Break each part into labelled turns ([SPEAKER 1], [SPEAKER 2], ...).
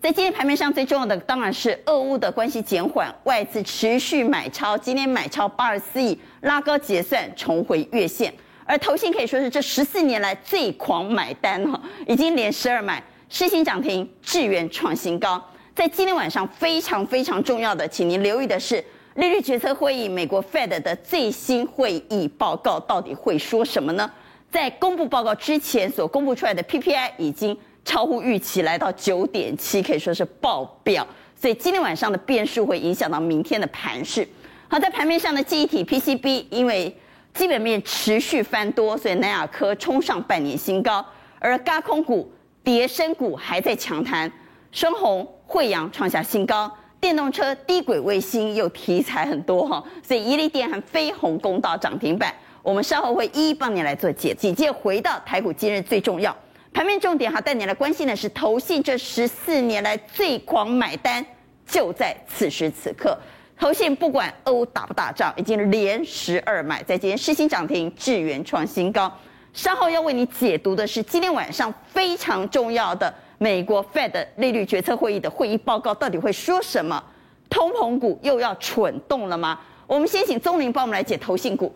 [SPEAKER 1] 在今天盘面上最重要的当然是俄乌的关系减缓，外资持续买超，今天买超八十四亿，拉高结算重回月线。而投信可以说是这十四年来最狂买单哦，已经连十二买，世新涨停，智源创新高。在今天晚上非常非常重要的，请您留意的是利率决策会议，美国 Fed 的最新会议报告到底会说什么呢？在公布报告之前所公布出来的 PPI 已经超乎预期，来到九点七，可以说是爆表。所以今天晚上的变数会影响到明天的盘势。好，在盘面上的记忆体 PCB 因为基本面持续翻多，所以南亚科冲上半年新高，而轧空股、叠升股还在强弹，双红、惠阳创下新高。电动车、低轨卫星又题材很多哈，所以伊利电和飞鸿攻到涨停板。我们稍后会一一帮您来做解解。介回到台股今日最重要盘面重点哈，带您来关心的是投信这十四年来最狂买单，就在此时此刻。投信不管俄乌打不打仗，已经连十二买，在今天世新涨停，智源创新高。稍后要为你解读的是今天晚上非常重要的美国 Fed 利率决策会议的会议报告，到底会说什么？通膨股又要蠢动了吗？我们先请钟林帮我们来解投信股。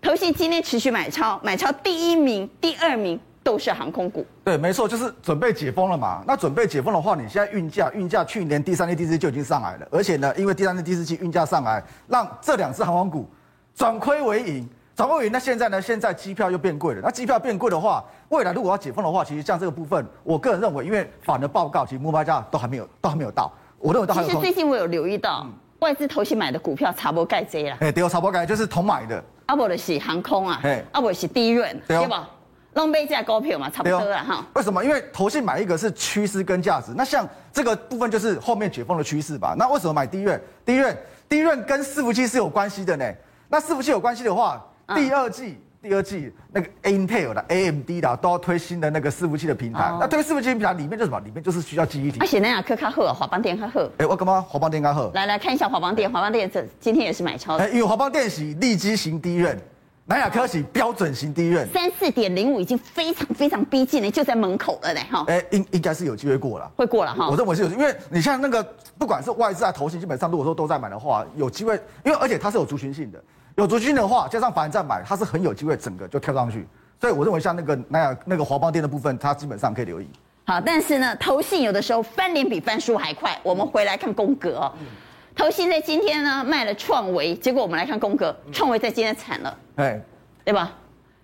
[SPEAKER 1] 投信今天持续买超，买超第一名、第二名都是航空股。
[SPEAKER 2] 对，没错，就是准备解封了嘛。那准备解封的话，你现在运价，运价去年第三季、第四季就已经上来了，而且呢，因为第三季、第四季运价上来，让这两只航空股转亏为盈。转亏为盈，那现在呢？现在机票又变贵了。那机票变贵的话，未来如果要解封的话，其实像这个部分，我个人认为，因为反的报告其实目标价都还没有，都还没有到。我认为都还
[SPEAKER 1] 其实
[SPEAKER 2] 有空嗯
[SPEAKER 1] 最。近我有留意到，外资投信买的股票查波盖贼啦，
[SPEAKER 2] 哎，对哦，曹博改就是同买的，
[SPEAKER 1] 啊不就是航空啊
[SPEAKER 2] 嘿，
[SPEAKER 1] 啊不是低润，
[SPEAKER 2] 对哦
[SPEAKER 1] 对吧？弄杯价股票嘛，差不
[SPEAKER 2] 对
[SPEAKER 1] 多啊
[SPEAKER 2] 哦
[SPEAKER 1] 了哈。
[SPEAKER 2] 为什么？因为投信买一个是趋势跟价值，那像这个部分就是后面解封的趋势吧。那为什么买低润？低润，低润跟伺服器是有关系的呢。那伺服器有关系的话，
[SPEAKER 1] 嗯
[SPEAKER 2] 第二季。第二季那个 Intel 的 AMD 的都要推新的那个伺服器的平台，
[SPEAKER 1] 哦
[SPEAKER 2] 那推伺服器平台里面就是什么？里面就是需要记忆体
[SPEAKER 1] 啊，。显然啊，科卡赫、华邦电卡赫，
[SPEAKER 2] 哎、我干嘛华邦电刚喝？
[SPEAKER 1] 来来看一下华邦电，华邦电这今天也是买超
[SPEAKER 2] 哎、
[SPEAKER 1] 的，
[SPEAKER 2] 因为华邦电喜立基型低润，南亚科型标准型低润，
[SPEAKER 1] 三四点零五已经非常非常逼近了，就在门口了呢哈，
[SPEAKER 2] 哎、应应该是有机会过了。
[SPEAKER 1] 会过了哈
[SPEAKER 2] 我。认为是有，因为你像那个不管是外资啊、投信，基本上如果说都在买的话，有机会，因为而且它是有族群性的，有族群性的话，加上法人在买，它是很有机会整个就跳上去。所以我认为像那个那样那个华邦店的部分，它基本上可以留意。
[SPEAKER 1] 好，但是呢，投信有的时候翻脸比翻书还快。我们回来看宫格哦，
[SPEAKER 2] 嗯
[SPEAKER 1] 投信在今天呢卖了创维，结果我们来看宫格，
[SPEAKER 2] 嗯
[SPEAKER 1] 创维在今天惨了，
[SPEAKER 2] 哎，
[SPEAKER 1] 对吧？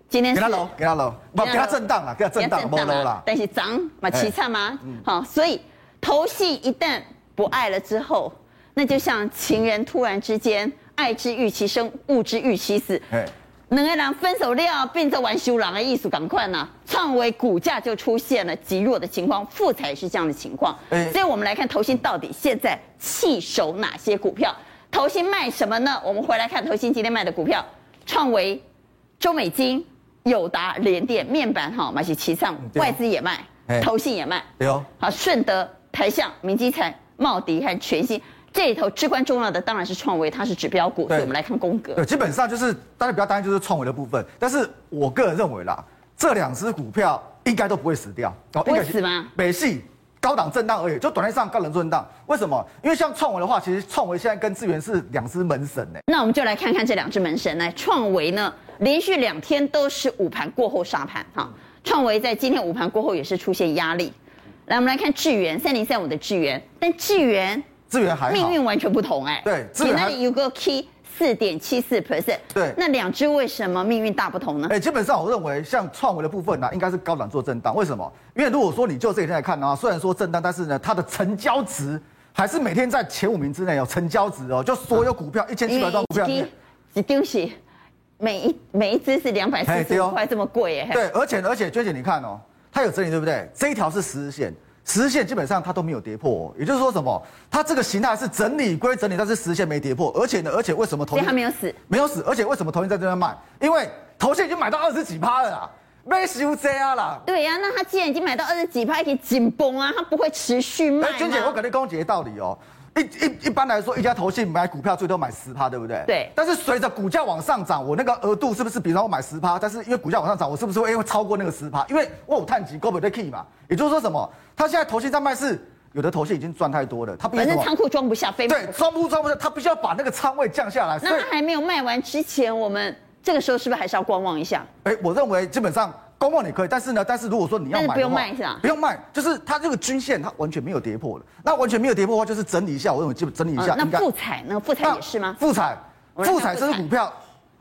[SPEAKER 1] 今天
[SPEAKER 2] 给
[SPEAKER 1] 是
[SPEAKER 2] 它揉，给它揉，不给它震荡了，给它震荡，
[SPEAKER 1] 给它
[SPEAKER 2] 摸揉
[SPEAKER 1] 啊
[SPEAKER 2] 啦。哎
[SPEAKER 1] 但是涨嘛，起差嘛，好，所以投信一旦不爱了之后，那就像情人突然之间，爱之欲其生，物之欲其死。
[SPEAKER 2] 哎，
[SPEAKER 1] 两个人分手了，变成玩修郎的艺术，赶快呢！创维股价就出现了极弱的情况，富彩也是这样的情况。
[SPEAKER 2] 哎
[SPEAKER 1] 所以我们来看投信到底现在弃守哪些股票，投信卖什么呢？我们回来看投信今天卖的股票，创维、中美金、友达、联电、面板哈，马西齐上，
[SPEAKER 2] 对啊
[SPEAKER 1] 外资也卖
[SPEAKER 2] 哎，
[SPEAKER 1] 投信也卖。
[SPEAKER 2] 对哦，
[SPEAKER 1] 好，顺德、台象、明基材、茂迪和全新，这里头至关重要的当然是创维，它是指标股，所以我们来看宫格。
[SPEAKER 2] 呃对，基本上就是大家不要担心，就是创维的部分。但是我个人认为啦，这两只股票应该都不会死掉，哦
[SPEAKER 1] 不会死吗？
[SPEAKER 2] 美系高档震荡而已，就短线上高档震荡。为什么？因为像创维的话，其实创维现在跟智源是两只门神呢。
[SPEAKER 1] 那我们就来看看这两只门神。来，创维呢，连续两天都是午盘过后杀盘哈。创维在今天午盘过后也是出现压力。来，我们来看智源三零三五的智源，但智源
[SPEAKER 2] 智源还好
[SPEAKER 1] 命，运完全不同哎、
[SPEAKER 2] 对智
[SPEAKER 1] 你
[SPEAKER 2] 源
[SPEAKER 1] 那
[SPEAKER 2] 还
[SPEAKER 1] 里有个 key 四点七四 percent，
[SPEAKER 2] 对
[SPEAKER 1] 那两只为什么命运大不同呢
[SPEAKER 2] 哎、？基本上我认为像创维的部分呢、啊应该是高档做震荡。为什么？因为如果说你就这几天来看呢、啊虽然说震荡，但是呢，它的成交值还是每天在前五名之内哦，成交值哦，就所有
[SPEAKER 1] 啊
[SPEAKER 2] 股票一千七百张股票里面。
[SPEAKER 1] 一丢是每一每一只是两百
[SPEAKER 2] 哎
[SPEAKER 1] 四
[SPEAKER 2] 对
[SPEAKER 1] 十
[SPEAKER 2] 哦
[SPEAKER 1] 块这么贵哎、
[SPEAKER 2] 对，而且而且娟姐，你看哦，它有整理对不对？这一条是十日线，十日线基本上它都没有跌破、哦，也就是说什么？它这个形态是整理归整理，但是十日线没跌破，而且呢，而且为什么投
[SPEAKER 1] 所以
[SPEAKER 2] 信
[SPEAKER 1] 它没有死。
[SPEAKER 2] 没有死？而且为什么投信在这边卖？因为投信已经买到二十几趴了啦，没修 J 啊啦。
[SPEAKER 1] 对呀、那它既然已经买到二十几趴，还可以紧绷啊，它不会持续卖吗
[SPEAKER 2] 哎，？娟姐，我跟你讲几个道理哦。一一一般来说，一家投信买股票最多买十趴，对不对？
[SPEAKER 1] 对
[SPEAKER 2] 但是随着股价往上涨，我那个额度是不是，比方我买十趴，但是因为股价往上涨，我是哎不是会会超过那个十趴？因为我有碳基，够不对 key 嘛。也就是说什么？他现在投信在卖是有的头信已经赚太多了，它必须
[SPEAKER 1] 反
[SPEAKER 2] 什
[SPEAKER 1] 正
[SPEAKER 2] 么
[SPEAKER 1] 仓库装不下，非卖
[SPEAKER 2] 对装不装不下，它必须要把那个仓位降下来。所
[SPEAKER 1] 那
[SPEAKER 2] 以
[SPEAKER 1] 它，还没有卖完之前，我们这个时候是不是还是要观望一下？
[SPEAKER 2] 哎，我认为基本上公募你可以，但是呢，但是如果说你要
[SPEAKER 1] 但
[SPEAKER 2] 买
[SPEAKER 1] 是
[SPEAKER 2] 的
[SPEAKER 1] 不用
[SPEAKER 2] 话，
[SPEAKER 1] 卖是吧
[SPEAKER 2] 不用卖，就是它这个均线它完全没有跌破了。那完全没有跌破的话，就是整理一下，我认为基本整理一
[SPEAKER 1] 嗯
[SPEAKER 2] 下。
[SPEAKER 1] 那
[SPEAKER 2] 应该
[SPEAKER 1] 富彩
[SPEAKER 2] 啊
[SPEAKER 1] 呢？富彩也是吗？
[SPEAKER 2] 富彩，
[SPEAKER 1] 我来看
[SPEAKER 2] 富彩这
[SPEAKER 1] 富
[SPEAKER 2] 只
[SPEAKER 1] 彩
[SPEAKER 2] 股票，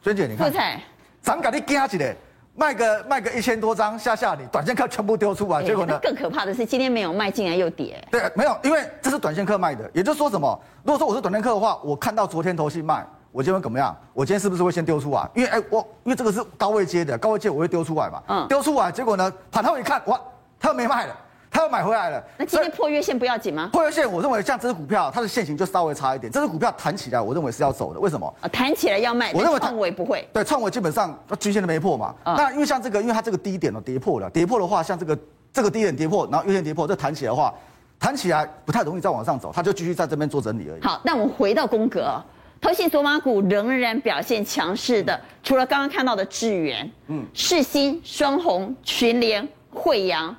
[SPEAKER 2] 娟姐你看啊
[SPEAKER 1] 富，彩
[SPEAKER 2] 咱赶紧加起来，卖个卖个一千多张，吓吓你，短线客全部丢出来，结果
[SPEAKER 1] 哎
[SPEAKER 2] 呢
[SPEAKER 1] 那？更可怕的是，今天没有卖，竟然又跌。
[SPEAKER 2] 对，没有，因为这是短线客卖的，也就是说什么？如果说我是短线客的话，我看到昨天投信卖，我今天会怎么样？我今天是不是会先丢出来？因为哎，我因为这个是高位接的，高位接我会丢出来嘛。
[SPEAKER 1] 嗯
[SPEAKER 2] 丢出来，结果呢，盘后一看，哇，他又没卖了，他又买回来了。
[SPEAKER 1] 那今天破月线不要紧吗？
[SPEAKER 2] 破月线，我认为像这只股票，它的线型就稍微差一点。这只股票弹起来，我认为是要走的。为什么？
[SPEAKER 1] 啊，弹起来要卖，
[SPEAKER 2] 我认为它
[SPEAKER 1] 但创维不会。
[SPEAKER 2] 对，创维基本上它均线都没破嘛。
[SPEAKER 1] 嗯
[SPEAKER 2] 那因为像这个，因为它这个低点哦跌破了，跌破的话，像这个这个低点跌破，然后月线跌破，这弹起来的话，弹起来不太容易再往上走，它就继续在这边做整理而已。
[SPEAKER 1] 好，那我们回到宫格哦，投信索马股仍然表现强势的，除了刚刚看到的智源、嗯、世新、双红、群联、惠阳，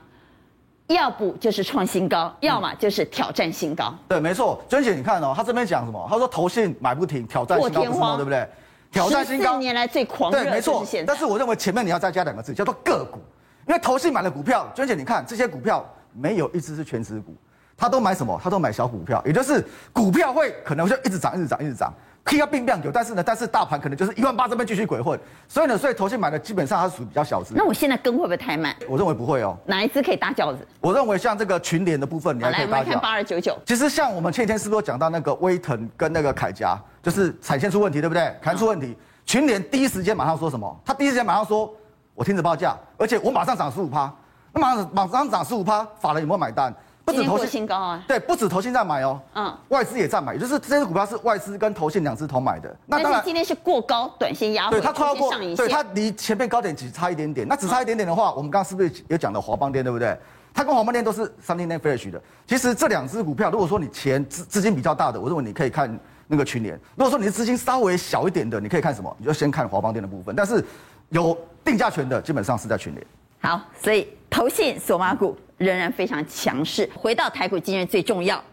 [SPEAKER 1] 要不就是创新高，要
[SPEAKER 2] 嗯
[SPEAKER 1] 么就是挑战新高。
[SPEAKER 2] 对，没错，娟姐，你看哦，她这边讲什么？她说投信买不停，挑战新高
[SPEAKER 1] 破
[SPEAKER 2] 不
[SPEAKER 1] 天
[SPEAKER 2] 是
[SPEAKER 1] 荒
[SPEAKER 2] 梦，对不对？挑战新
[SPEAKER 1] 14
[SPEAKER 2] 高，
[SPEAKER 1] 年来最狂热
[SPEAKER 2] 对，没
[SPEAKER 1] 就
[SPEAKER 2] 错
[SPEAKER 1] 是现。在
[SPEAKER 2] 但。是我认为前面你要再加两个字，叫做个股，因为投信买的股票，娟姐，你看这些股票没有一只是全值股，他都买什么？他都买小股票，也就是股票会可能就一直涨，一直涨，一直涨。可以要并量有，但是呢，但是大盘可能就是一万八这边继续鬼混，所以呢，所以投信买的基本上它是属于比较小资。
[SPEAKER 1] 那我现在跟会不会太慢？
[SPEAKER 2] 我认为不会哦，
[SPEAKER 1] 哪一只可以搭轿子？
[SPEAKER 2] 我认为像这个群联的部分，你
[SPEAKER 1] 好，来
[SPEAKER 2] 还可
[SPEAKER 1] 我们
[SPEAKER 2] 以
[SPEAKER 1] 来
[SPEAKER 2] 搭一
[SPEAKER 1] 看
[SPEAKER 2] 下
[SPEAKER 1] 八。二九九，
[SPEAKER 2] 其实像我们前几天是不是有讲到那个威腾跟那个凯佳，就是产线出问题，对不对？产出问题，群联第一时间马上说什么？他第一时间马上说，我停止报价，而且我马上涨十五趴，那马上马上涨十五趴，法人有没有买单？不
[SPEAKER 1] 今
[SPEAKER 2] 止
[SPEAKER 1] 天
[SPEAKER 2] 投
[SPEAKER 1] 破
[SPEAKER 2] 信，
[SPEAKER 1] 新高啊！
[SPEAKER 2] 对，不止投信在买哦，
[SPEAKER 1] 嗯
[SPEAKER 2] 嗯，外资也在买，也就是这些股票是外资跟投信两只同买的。那
[SPEAKER 1] 但
[SPEAKER 2] 当
[SPEAKER 1] 是
[SPEAKER 2] 然，
[SPEAKER 1] 今天是过高，短线压回，
[SPEAKER 2] 对它快要过
[SPEAKER 1] 中间上影，
[SPEAKER 2] 对它
[SPEAKER 1] 线。
[SPEAKER 2] 离前面高点只差一点点。那只差一点点的话，我们刚刚是不是有讲的华邦电，对不对？它跟华邦电都是三零零 flash 的。其实这两只股票，如果说你钱资资金比较大的，我认为你可以看那个群联；如果说你的资金稍微小一点的，你可以看什么？你就先看华邦电的部分。但是有定价权的，基本上是在群联。
[SPEAKER 1] 好，所以投信索马股仍然非常强势。回到台股，今日最重要。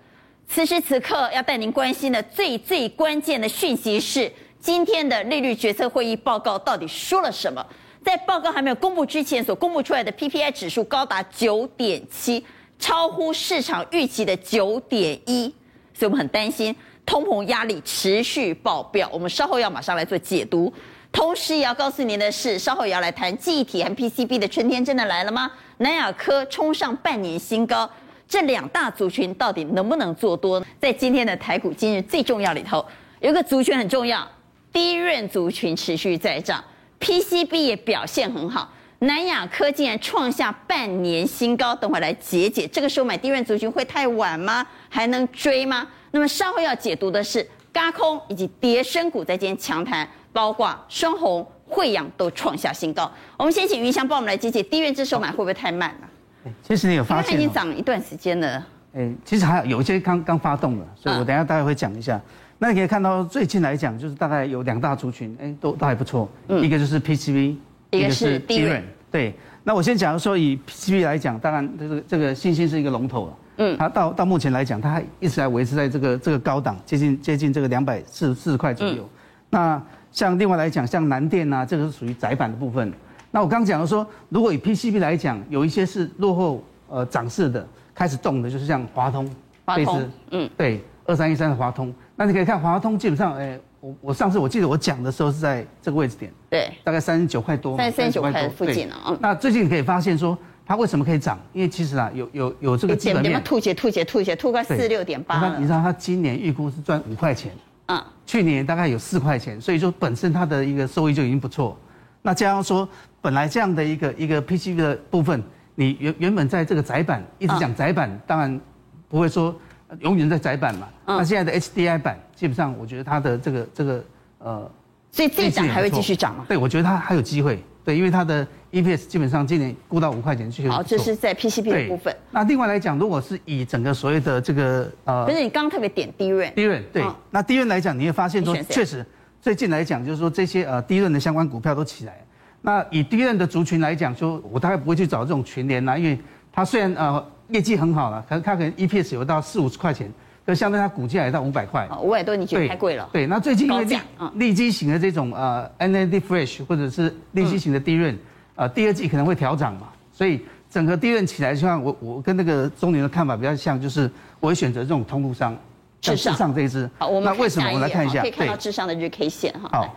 [SPEAKER 1] 此时此刻要带您关心的最最关键的讯息是，今天的利率决策会议报告到底说了什么？在报告还没有公布之前，所公布出来的 PPI 指数高达九点七，超乎市场预期的九点一。所以我们很担心通膨压力持续爆表。我们稍后要马上来做解读。同时也要告诉您的是，稍后也要来谈记忆体和 PCB 的春天真的来了吗？南亚科冲上半年新高，这两大族群到底能不能做多呢？在今天的台股今日最重要里头，有一个族群很重要，低润族群持续在涨，PCB 也表现很好。南亚科竟然创下半年新高，等会来解解，这个时候买低润族群会太晚吗？还能追吗？那么稍后要解读的是嘎空以及叠升股在今天强谈，包括双红、惠阳都创下新高。我们先请云翔帮我们来解解低润这时候买会不会太慢了、
[SPEAKER 3] 哎其实你有
[SPEAKER 1] 因
[SPEAKER 3] 发
[SPEAKER 1] 为它已
[SPEAKER 3] 现、
[SPEAKER 1] 经
[SPEAKER 3] 哦，
[SPEAKER 1] 涨一段时间了。
[SPEAKER 3] 哎，其实还有有一些刚刚发动了，所以
[SPEAKER 1] 啊
[SPEAKER 3] 我等一下大概会讲一下。那你可以看到最近来讲，就是大概有两大族群，哎，都都还不错。一个就是 PCB，
[SPEAKER 1] 嗯一个是低润
[SPEAKER 3] 对，那我先讲说以 PCB 来讲，当然这个这个信心是一个龙头了。嗯，它到到目前来讲，它还一直还维持在这个这个高档，接近接近这个两百四四十块左
[SPEAKER 1] 嗯
[SPEAKER 3] 右。那像另外来讲，像南电啊，这个是属于窄板的部分。那我刚讲的说，如果以 PCB 来讲，有一些是落后呃涨势的，开始动的，就是像华通、
[SPEAKER 1] 华通
[SPEAKER 3] 贝斯
[SPEAKER 1] 嗯，
[SPEAKER 3] 对，二三一三的华通。那你可以看华通，基本上，哎，我我上次我记得我讲的时候是在这个位置点，
[SPEAKER 1] 对，
[SPEAKER 3] 大概三十九块多嘛，
[SPEAKER 1] 39块
[SPEAKER 3] 多
[SPEAKER 1] 附近啊
[SPEAKER 3] 对
[SPEAKER 1] 嗯
[SPEAKER 3] 那最近你可以发现说，它为什么可以涨？因为其实啊，有有有这个
[SPEAKER 1] 有
[SPEAKER 3] 基
[SPEAKER 1] 点
[SPEAKER 3] 本
[SPEAKER 1] 哎点嘛，
[SPEAKER 3] 面。
[SPEAKER 1] 吐血吐血吐血，吐快四六点八
[SPEAKER 3] 你看你
[SPEAKER 1] 了。
[SPEAKER 3] 知道它今年预估是赚五块钱，
[SPEAKER 1] 嗯，
[SPEAKER 3] 去年大概有四块钱，所以说本身它的一个收益就已经不错。那加上说，本来这样的一个一个 PCB 的部分，你原原本在这个窄板一
[SPEAKER 1] 嗯
[SPEAKER 3] 直讲窄板，当然不会说呃永远在窄板嘛。
[SPEAKER 1] 嗯
[SPEAKER 3] 那现在的 HDI 板，基本上我觉得它的这个这个呃
[SPEAKER 1] 所以这一涨
[SPEAKER 3] 也不错
[SPEAKER 1] 还会继续涨吗？
[SPEAKER 3] 对，我觉得它还有机会。对，因为它的 EPS 基本上今年估到五块钱，确实
[SPEAKER 1] 好，
[SPEAKER 3] 不错
[SPEAKER 1] 这是在 PCB 的
[SPEAKER 3] 对
[SPEAKER 1] 部分。。
[SPEAKER 3] 那另外来讲，如果是以整个所谓的这个呃
[SPEAKER 1] 可是你刚刚特别点低润，
[SPEAKER 3] 低润，对
[SPEAKER 1] 嗯，
[SPEAKER 3] 那低润来讲，你会发现说
[SPEAKER 1] 你选，谁啊
[SPEAKER 3] 确实最近来讲，就是说这些呃低润的相关股票都起来了。那以低润的族群来讲，说我大概不会去找这种群联啦，因为它虽然呃业绩很好了，可是它可能 EPS 有到四五十块钱，就相当于它股价也到五百块。
[SPEAKER 1] 哦，五百多你觉得
[SPEAKER 3] 对，
[SPEAKER 1] 太贵了？
[SPEAKER 3] 对，那最近因为
[SPEAKER 1] 高
[SPEAKER 3] 利
[SPEAKER 1] 价嗯
[SPEAKER 3] 利基型的这种呃 NAD Fresh 或者是利基型的低
[SPEAKER 1] 嗯
[SPEAKER 3] 润，呃，第二季可能会调涨嘛，所以整个低润起来，就像我我跟那个中年的看法比较像，就是我会选择这种通路商，像
[SPEAKER 1] 至上
[SPEAKER 3] 上这一支。
[SPEAKER 1] 好，我们
[SPEAKER 3] 那为什么？我们来看一
[SPEAKER 1] 下
[SPEAKER 3] 下，
[SPEAKER 1] 一页哈可以看到
[SPEAKER 3] 对，
[SPEAKER 1] 智商的日 K 线哈。
[SPEAKER 3] 好，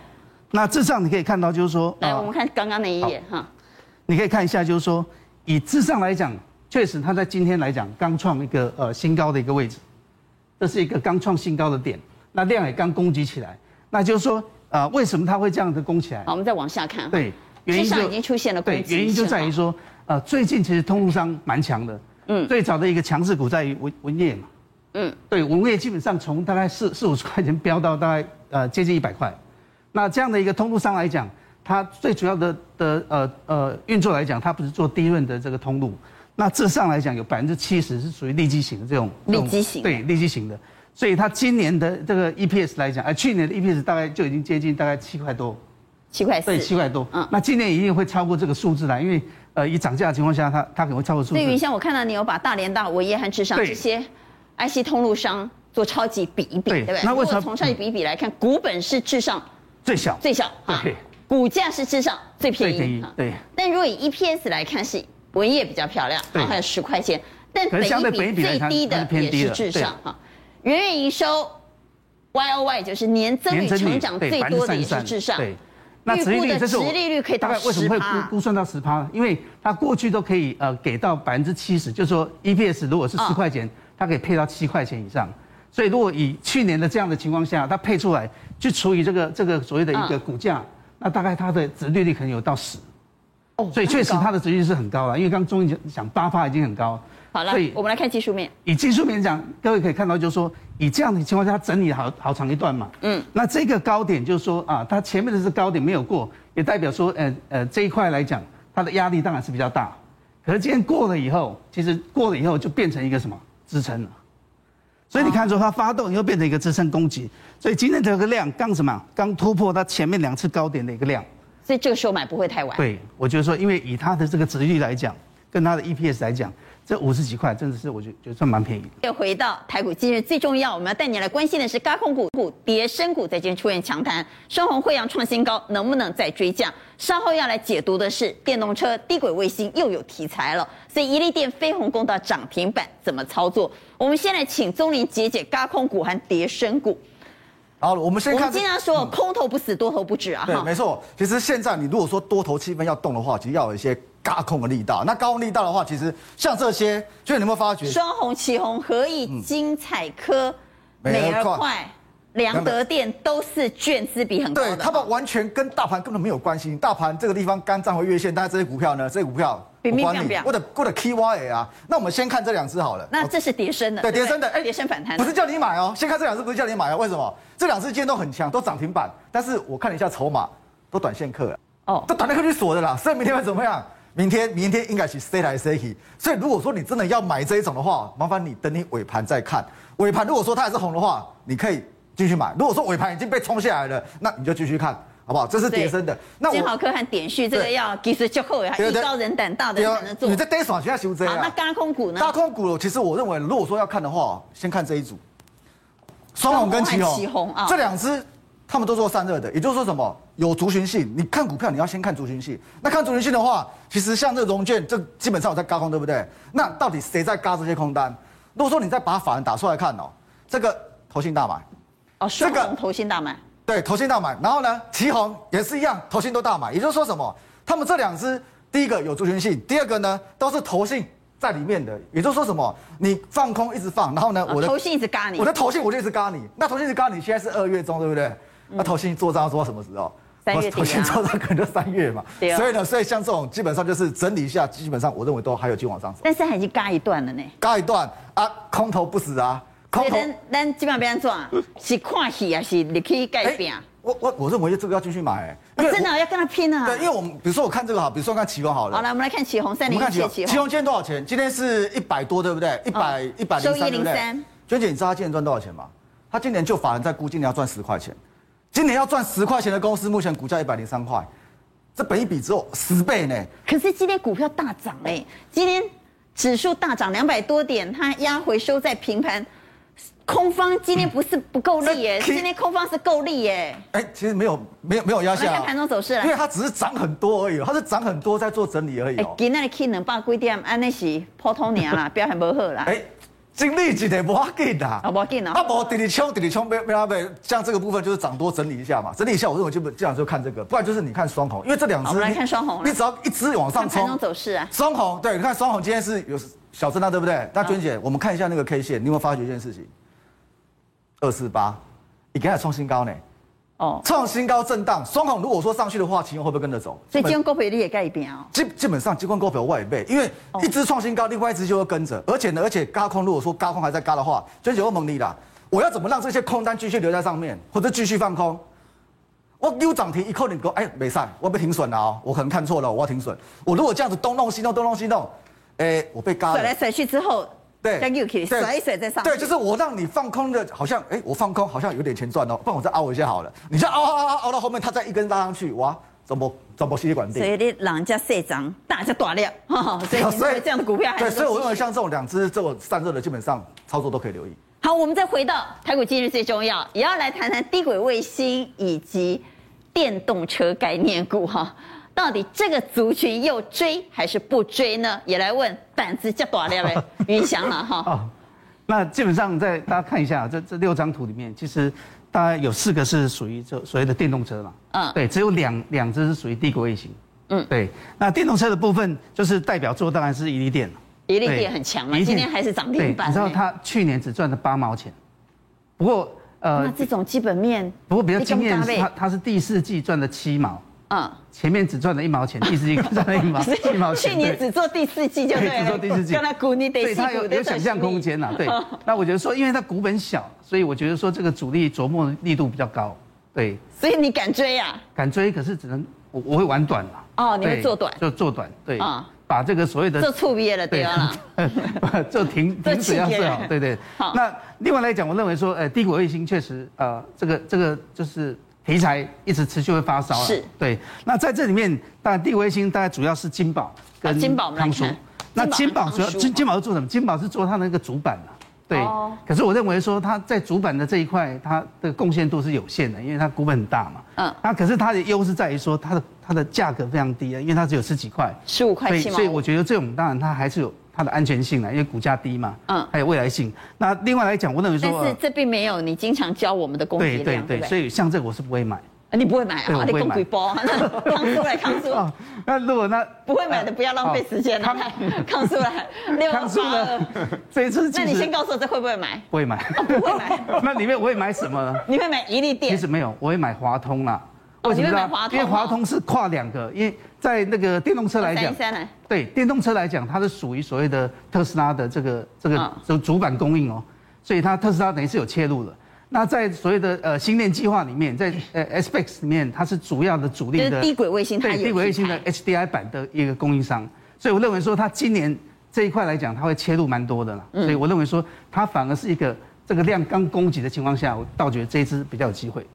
[SPEAKER 3] 那至上你可以看到就是说，
[SPEAKER 1] 来，来
[SPEAKER 3] 呃
[SPEAKER 1] 我们看刚刚那一页哈。
[SPEAKER 3] 你可以看一下，就是说以至上来讲，确实它在今天来讲刚创一个呃新高的一个位置，这是一个刚创新高的点，那量也刚攻击起来，那就是说呃为什么它会这样子攻起来
[SPEAKER 1] 好，？我们再往下看。，
[SPEAKER 3] 对，
[SPEAKER 1] 智商已经出现了攻
[SPEAKER 3] 对
[SPEAKER 1] 击性
[SPEAKER 3] 原因就在于说呃最近其实通路商蛮强的，嗯，最早的一个强势股在于文文业嘛，
[SPEAKER 1] 嗯，
[SPEAKER 3] 对，文业基本上从大概四四五十块钱飙到大概呃接近一百块，那这样的一个通路商来讲，它最主要的的呃呃运作来讲，它不是做低润的这个通路，那这上来讲有百分之七十是属于利基型的这种这种
[SPEAKER 1] 利基型的
[SPEAKER 3] 对利基型的，所以它今年的这个 EPS 来讲，哎、去年的 EPS 大概就已经接近大概七块多，
[SPEAKER 1] 七块四
[SPEAKER 3] 对，。七块多，
[SPEAKER 1] 嗯
[SPEAKER 3] 那今年一定会超过这个数字啦，因为呃以涨价的情况下，它它可能会超过数字。
[SPEAKER 1] 对于像我看到你有把大连大、伟业和智商
[SPEAKER 3] 对
[SPEAKER 1] 这些 IC 通路商做超级比一比，对
[SPEAKER 3] 对
[SPEAKER 1] 不对？
[SPEAKER 3] 那为什么
[SPEAKER 1] 如果从超级比一比来看，股本是智商
[SPEAKER 3] 最小
[SPEAKER 1] 最小啊
[SPEAKER 3] 对，
[SPEAKER 1] 股价是智商最便宜，
[SPEAKER 3] 最便宜
[SPEAKER 1] 啊
[SPEAKER 3] 对。
[SPEAKER 1] 但如果以 EPS 来看，是文业比较漂亮，
[SPEAKER 3] 对
[SPEAKER 1] 啊还有十块钱，但
[SPEAKER 3] 可是相对
[SPEAKER 1] 本益比
[SPEAKER 3] 本益比来
[SPEAKER 1] 最
[SPEAKER 3] 看
[SPEAKER 1] 低
[SPEAKER 3] 它
[SPEAKER 1] 的
[SPEAKER 3] 是偏
[SPEAKER 1] 也
[SPEAKER 3] 低
[SPEAKER 1] 是
[SPEAKER 3] 的
[SPEAKER 1] 智
[SPEAKER 3] 对
[SPEAKER 1] 商啊。元月营收 Y O Y 就是年增率
[SPEAKER 3] 年增率
[SPEAKER 1] 成长
[SPEAKER 3] 对
[SPEAKER 1] 最多的也是
[SPEAKER 3] 33%
[SPEAKER 1] 智商，
[SPEAKER 3] 对，
[SPEAKER 1] 预
[SPEAKER 3] 殖利
[SPEAKER 1] 估的
[SPEAKER 3] 率这是我
[SPEAKER 1] 殖利率可以到
[SPEAKER 3] 大概为什么会
[SPEAKER 1] 10%
[SPEAKER 3] 估估算到十趴？因为它过去都可以呃给到百分之七十，就是说 EPS 如果是
[SPEAKER 1] 啊
[SPEAKER 3] 十块钱，它可以配到七块钱以上。所以如果以去年的这样的情况下，它配出来去除以这个这个所谓的一个
[SPEAKER 1] 嗯
[SPEAKER 3] 股价，那大概它的殖利率可能有到十。
[SPEAKER 1] 哦
[SPEAKER 3] 所以确实
[SPEAKER 1] 那很高
[SPEAKER 3] 它的殖利率是很高了，因为刚刚中医讲讲八趴已经很高。
[SPEAKER 1] 好了
[SPEAKER 3] 所以，
[SPEAKER 1] 我们来看技术面。
[SPEAKER 3] 以技术面讲，各位可以看到，就是说以这样的情况下，它整理好好长一段嘛。嗯。那这个高点就是说啊，它前面的是高点没有过，也代表说，呃呃这一块来讲，它的压力当然是比较大。可是今天过了以后，其实过了以后就变成一个什么支撑了。所以你看说它发动以后变成一个支撑攻击，所以今天这个量刚什么？刚突破它前面两次高点的一个量。
[SPEAKER 1] 所以这个时候买不会太晚。
[SPEAKER 3] 对，我觉得说，因为以它的这个值率来讲，跟它的 EPS 来讲，这五十几块真的是我觉得觉得算蛮便宜的。
[SPEAKER 1] 又回到台股，今日最重要，我们要带你来关心的是高控股股跌升股在今天出现强弹，双红惠阳创新高，能不能再追降？稍后要来解读的是电动车、低轨卫星又有题材了，所以一利电、飞鸿攻到涨停板，怎么操作？我们先来请钟林解解高控股和跌升股。
[SPEAKER 2] 好了，我们
[SPEAKER 1] 我
[SPEAKER 2] 先
[SPEAKER 1] 们
[SPEAKER 2] 看
[SPEAKER 1] 经常说空头不死，多头不止啊，
[SPEAKER 2] 对，
[SPEAKER 1] 哈
[SPEAKER 2] 没。错。其实现在你如果说多头气氛要动的话，其实要有一些嘎空的力道。那高空力道的话，其实像这些，所以你有没有发觉？
[SPEAKER 1] 双红、旗红、合
[SPEAKER 2] 嗯
[SPEAKER 1] 益、金彩科、
[SPEAKER 2] 美
[SPEAKER 1] 美而
[SPEAKER 2] 而快
[SPEAKER 1] 快、良德店都是券资比很高
[SPEAKER 2] 对
[SPEAKER 1] 的。
[SPEAKER 2] 他们完全跟大盘根本没有关系，大盘这个地方刚站回月线，但是这些股票呢，这些股票
[SPEAKER 1] 比
[SPEAKER 2] 我
[SPEAKER 1] 命
[SPEAKER 2] 管
[SPEAKER 1] 比
[SPEAKER 2] 你
[SPEAKER 1] 命，
[SPEAKER 2] 我的我的 K Y 啊。那我们先看这两只好了。
[SPEAKER 1] 那这是叠升的，
[SPEAKER 2] 对
[SPEAKER 1] 不
[SPEAKER 2] 跌升的，哎
[SPEAKER 1] 跌升反弹的，
[SPEAKER 2] 不是叫你买哦。先看这两只，不是叫你买哦。为什么？这两只今天都很强，都涨停板，但是我看了一下筹码，都短线客了，
[SPEAKER 1] 哦
[SPEAKER 2] 都，短线客去锁的啦。所以明天会怎么样？明天明天应该是 stay 来 stay 去。所以如果说你真的要买这一种的话，麻烦你等你尾盘再看。尾盘如果说它还是红的话，你可以继续买。如果说尾盘已经被冲下来了，那你就继续看，好不好？这是跌升的。那
[SPEAKER 1] 金豪科和点序这个
[SPEAKER 2] 对
[SPEAKER 1] 要技术就后，要
[SPEAKER 2] 对
[SPEAKER 1] 艺
[SPEAKER 2] 对
[SPEAKER 1] 高人胆大的
[SPEAKER 2] 对
[SPEAKER 1] 人
[SPEAKER 2] 啊
[SPEAKER 1] 才能做。
[SPEAKER 2] 你在 day 爽，现在修这
[SPEAKER 1] 好，
[SPEAKER 2] 样。啊
[SPEAKER 1] 那高空股呢？
[SPEAKER 2] 大控股，其实我认为，如果说要看的话，先看这一组，双红跟旗
[SPEAKER 1] 双红
[SPEAKER 2] 红，
[SPEAKER 1] 和旗红啊
[SPEAKER 2] 这两只他们都做散热的，也就是说什么有族群性。你看股票，你要先看族群性。那看族群性的话，其实像这个融券，这基本上有在嘎空，对不对？那到底谁在嘎这些空单？如果说你再把法人打出来看哦，这个投信大买，
[SPEAKER 1] 哦，双
[SPEAKER 2] 这
[SPEAKER 1] 红
[SPEAKER 2] 个
[SPEAKER 1] 投信大买，
[SPEAKER 2] 对，投信大买，然后呢，旗宏也是一样，投信都大买，也就是说什么？他们这两只，第一个有族群性，第二个呢都是投信在里面的，也就是说什么？你放空一直放，然后呢，我
[SPEAKER 1] 哦
[SPEAKER 2] 的
[SPEAKER 1] 投信一直嘎你
[SPEAKER 2] 我，的投信我就一直嘎你，那投信一直嘎你，现在是二月中，对不对？那投信做账要做到什么时候？
[SPEAKER 1] 嗯三月底啊
[SPEAKER 2] 投信做账可能就三月嘛。
[SPEAKER 1] 对啊
[SPEAKER 2] 所以呢，所以像这种基本上就是整理一下，基本上我认为都还有机会往上走，
[SPEAKER 1] 但是它已经嘎一段了呢。
[SPEAKER 2] 嘎一段啊，空头不死啊，
[SPEAKER 1] 所
[SPEAKER 2] 空
[SPEAKER 1] 以
[SPEAKER 2] 头。
[SPEAKER 1] 咱咱基本上安怎样是看戏还是你可以改变？
[SPEAKER 2] 哎我我我认为这个要继续买、因为
[SPEAKER 1] 真的要跟他拼啊！
[SPEAKER 2] 对，因为我们比如说我看这个好，比如说看旗宏好了，
[SPEAKER 1] 好来，我们来看起红三
[SPEAKER 2] 我
[SPEAKER 1] 零
[SPEAKER 2] 们
[SPEAKER 1] 一
[SPEAKER 2] 看旗
[SPEAKER 1] 七
[SPEAKER 2] 宏，
[SPEAKER 1] 起
[SPEAKER 2] 旗
[SPEAKER 1] 红
[SPEAKER 2] 宏今天多少钱？今天是一百多，对不对？一百一百
[SPEAKER 1] 收
[SPEAKER 2] 零三，对不对
[SPEAKER 1] 103？
[SPEAKER 2] 娟姐，你知道他今年赚多少钱吗？他今年就法人在估，今年要赚十块钱，今年要赚十块钱的公司，目前股价一百零三块，这本一比只有十倍呢。
[SPEAKER 1] 欸可是今天股票大涨哎、今天指数大涨两百多点，它压回收在平盘。空方今天不是不够力耶，
[SPEAKER 2] 嗯
[SPEAKER 1] 今天空方是够力耶。
[SPEAKER 2] 哎、其实没有没有没有压
[SPEAKER 1] 我们
[SPEAKER 2] 下、
[SPEAKER 1] 看盘中走势啦
[SPEAKER 2] 因为它只是涨很多而已哦，它是涨很多在做整理而已
[SPEAKER 1] 哎
[SPEAKER 2] 哦，。
[SPEAKER 1] 今天的 K 能百几点，安那是普通年 啦，表现不好啦。
[SPEAKER 2] 哎、经历几得不要紧啦，
[SPEAKER 1] 啊不要紧哦
[SPEAKER 2] 啊不，滴滴冲滴滴冲，被被他被，像这个部分就是涨多整理一下嘛，整理一下，我认为基本这样就看这个，不然就是你看双红，因为这两只
[SPEAKER 1] 好我们来看双红啦
[SPEAKER 2] 你只要一只往上
[SPEAKER 1] 看盘
[SPEAKER 2] 冲
[SPEAKER 1] 中，走势啊，
[SPEAKER 2] 双红对，你看双红今天是有小震荡，对不对？那娟姐，我们看一下那个 K 线，你有没有发觉一件事情？二四八，你给它创新高呢，
[SPEAKER 1] 哦，
[SPEAKER 2] 创新高震荡，双红如果说上去的话，秦勇会不会跟着走？
[SPEAKER 1] 所以今天股票你也改变哦。
[SPEAKER 2] 基基本上机关股票我也背，因为一只创新高，另外一只就会跟着，而且呢，而且高空如果说高空还在高的话，娟姐会蒙你啦。我要怎么让这些空单继续留在上面，或者继续放空？我有涨停一扣你给我，哎，没上，我被停损了哦，我可能看错了，我要停损。我如果这样子东弄西弄，东弄西弄，哎，我被嘎了
[SPEAKER 1] 甩。来甩去之后，
[SPEAKER 2] 对，
[SPEAKER 1] 再又可以
[SPEAKER 2] 对
[SPEAKER 1] 甩一甩再上。
[SPEAKER 2] 对，就是我让你放空的，好像哎、我放空好像有点钱赚哦，不然我再凹一下好了。你再凹凹凹凹凹到后面，它再一根拉上去，哇，怎么怎么吸血管
[SPEAKER 1] 所
[SPEAKER 2] 定？
[SPEAKER 1] 以你让人家社长大家大量，哈 哈所以你认为这样的股票还
[SPEAKER 2] 对，
[SPEAKER 1] 能
[SPEAKER 2] 所以
[SPEAKER 1] 够
[SPEAKER 2] 我认为
[SPEAKER 1] 继续
[SPEAKER 2] 像这种两只这种散热的，基本上操作都可以留意。
[SPEAKER 1] 好，我们再回到台股今日最重要，也要来谈谈低轨卫星以及电动车概念股哈。到底这个族群又追还是不追呢？也来问胆子较大了的 云翔了哈。
[SPEAKER 3] 哦，那基本上在大家看一下这这六张图里面，其实大概有四个是属于这所谓的电动车嘛，
[SPEAKER 1] 嗯
[SPEAKER 3] 对，只有两两只是属于帝国卫星，
[SPEAKER 1] 嗯
[SPEAKER 3] 嗯，对。那电动车的部分就是代表作当然是一利电了，
[SPEAKER 1] 一利
[SPEAKER 3] 对
[SPEAKER 1] 电很强嘛，
[SPEAKER 3] 一利
[SPEAKER 1] 今
[SPEAKER 3] 电
[SPEAKER 1] 天还是涨
[SPEAKER 3] 对，
[SPEAKER 1] 停板呢。
[SPEAKER 3] 你知道它去年只赚了八毛钱，不过
[SPEAKER 1] 那
[SPEAKER 3] 呃，
[SPEAKER 1] 这种基本面，
[SPEAKER 3] 不过比较
[SPEAKER 1] 你
[SPEAKER 3] 惊艳的
[SPEAKER 1] 感
[SPEAKER 3] 是
[SPEAKER 1] 觉
[SPEAKER 3] 它它是第四季赚了七毛，
[SPEAKER 1] 嗯，
[SPEAKER 3] 前面只赚了一毛钱，第四季赚了一 毛
[SPEAKER 1] 所以
[SPEAKER 3] 一毛钱，
[SPEAKER 1] 去年
[SPEAKER 3] 对
[SPEAKER 1] 只做第四季就对了，
[SPEAKER 3] 对，只做第四季，
[SPEAKER 1] 跟他股你得
[SPEAKER 3] 对
[SPEAKER 1] 细
[SPEAKER 3] 它
[SPEAKER 1] 股
[SPEAKER 3] 有
[SPEAKER 1] 得，
[SPEAKER 3] 有想象空间呐、啊对 那我觉得说，因为它股本小，所以我觉得说这个主力琢磨力度比较高，对，
[SPEAKER 1] 所以你敢追啊？
[SPEAKER 3] 敢追可是只能我我会玩短嘛。
[SPEAKER 1] 哦你会
[SPEAKER 3] 对
[SPEAKER 1] 做短
[SPEAKER 3] 就做短，对
[SPEAKER 1] 啊
[SPEAKER 3] 把这个所谓的
[SPEAKER 1] 做触别了对吧？
[SPEAKER 3] 就停
[SPEAKER 1] 这
[SPEAKER 3] 停止要
[SPEAKER 1] 气
[SPEAKER 3] 设
[SPEAKER 1] 别
[SPEAKER 3] 好
[SPEAKER 1] 人，
[SPEAKER 3] 对对。
[SPEAKER 1] 好
[SPEAKER 3] 那另外来讲，我认为说，呃，低轨卫星确实，呃，这个这个就是题材一直持续会发烧了。
[SPEAKER 1] 是
[SPEAKER 3] 对。那在这里面，当然低轨卫星大概主要是金宝
[SPEAKER 1] 啊
[SPEAKER 3] 跟
[SPEAKER 1] 金宝我们来
[SPEAKER 3] 康舒
[SPEAKER 1] 看
[SPEAKER 3] 那
[SPEAKER 1] 金
[SPEAKER 3] 金
[SPEAKER 1] 宝
[SPEAKER 3] 宝
[SPEAKER 1] 跟
[SPEAKER 3] 主要
[SPEAKER 1] 康舒
[SPEAKER 3] 金金宝是做什么？金宝是做它那个主板嘛。对
[SPEAKER 1] 哦，
[SPEAKER 3] 可是我认为说它在主板的这一块，它的贡献度是有限的，因为它股本很大嘛。
[SPEAKER 1] 嗯
[SPEAKER 3] 嗯。那可是它的优势在于说，它的它的价格非常低啊，因为它只有十几块。
[SPEAKER 1] 十五
[SPEAKER 3] 所
[SPEAKER 1] 块
[SPEAKER 3] 以，
[SPEAKER 1] 七毛
[SPEAKER 3] 所以我觉得这种当然它还是有它的安全性啊啦，因为股价低嘛，
[SPEAKER 1] 嗯
[SPEAKER 3] 嗯，还有未来性。那另外来讲，我认为
[SPEAKER 1] 但
[SPEAKER 3] 说，
[SPEAKER 1] 是这并没有你经常教我们的供
[SPEAKER 3] 呃
[SPEAKER 1] 给
[SPEAKER 3] 对对
[SPEAKER 1] 量，对
[SPEAKER 3] 对，
[SPEAKER 1] 不
[SPEAKER 3] 所
[SPEAKER 1] 对？
[SPEAKER 3] 以像这个我是不会买。
[SPEAKER 1] 啊你不会买
[SPEAKER 3] 对
[SPEAKER 1] 啊？
[SPEAKER 3] 我
[SPEAKER 1] 啊
[SPEAKER 3] 不
[SPEAKER 1] 你
[SPEAKER 3] 会
[SPEAKER 1] 供
[SPEAKER 3] 买
[SPEAKER 1] 给包， 那康叔来康叔。
[SPEAKER 3] 哦，那如果那
[SPEAKER 1] 不会买的，不要浪费时间了。来康叔来，六八
[SPEAKER 3] 康叔
[SPEAKER 1] 二
[SPEAKER 3] 呢， 这一次其
[SPEAKER 1] 那
[SPEAKER 3] 实
[SPEAKER 1] 你先告诉我这会不会买？哦
[SPEAKER 3] 不 会买，
[SPEAKER 1] 不会 买，
[SPEAKER 3] 那里面我会买什么呢？
[SPEAKER 1] 你会买一利
[SPEAKER 3] 其
[SPEAKER 1] 电
[SPEAKER 3] 实没有，我会买华通啦。
[SPEAKER 1] 哦
[SPEAKER 3] 为什么
[SPEAKER 1] 你会买
[SPEAKER 3] 呢
[SPEAKER 1] 华通
[SPEAKER 3] 因为华
[SPEAKER 1] 哦
[SPEAKER 3] 通是跨两个，因为在那个电动车来讲，
[SPEAKER 1] 313呢
[SPEAKER 3] 对电动车来讲，它是属于所谓的特斯拉的这个这
[SPEAKER 1] 嗯
[SPEAKER 3] 个主主板供应哦，所以它特斯拉等于是有切入的。那在所谓的呃星链计划里面，在呃 SpaceX 里面，它是主要的主力
[SPEAKER 1] 就是
[SPEAKER 3] 的
[SPEAKER 1] 低轨卫星它
[SPEAKER 3] 对
[SPEAKER 1] 有
[SPEAKER 3] 低轨卫星的
[SPEAKER 1] 题
[SPEAKER 3] HDI 版的一个供应商，所以我认为说它今年这一块来讲，它会切入蛮多的啦。
[SPEAKER 1] 嗯
[SPEAKER 3] 所以我认为说它反而是一个这个量刚供给的情况下，我倒觉得这一支比较有机会。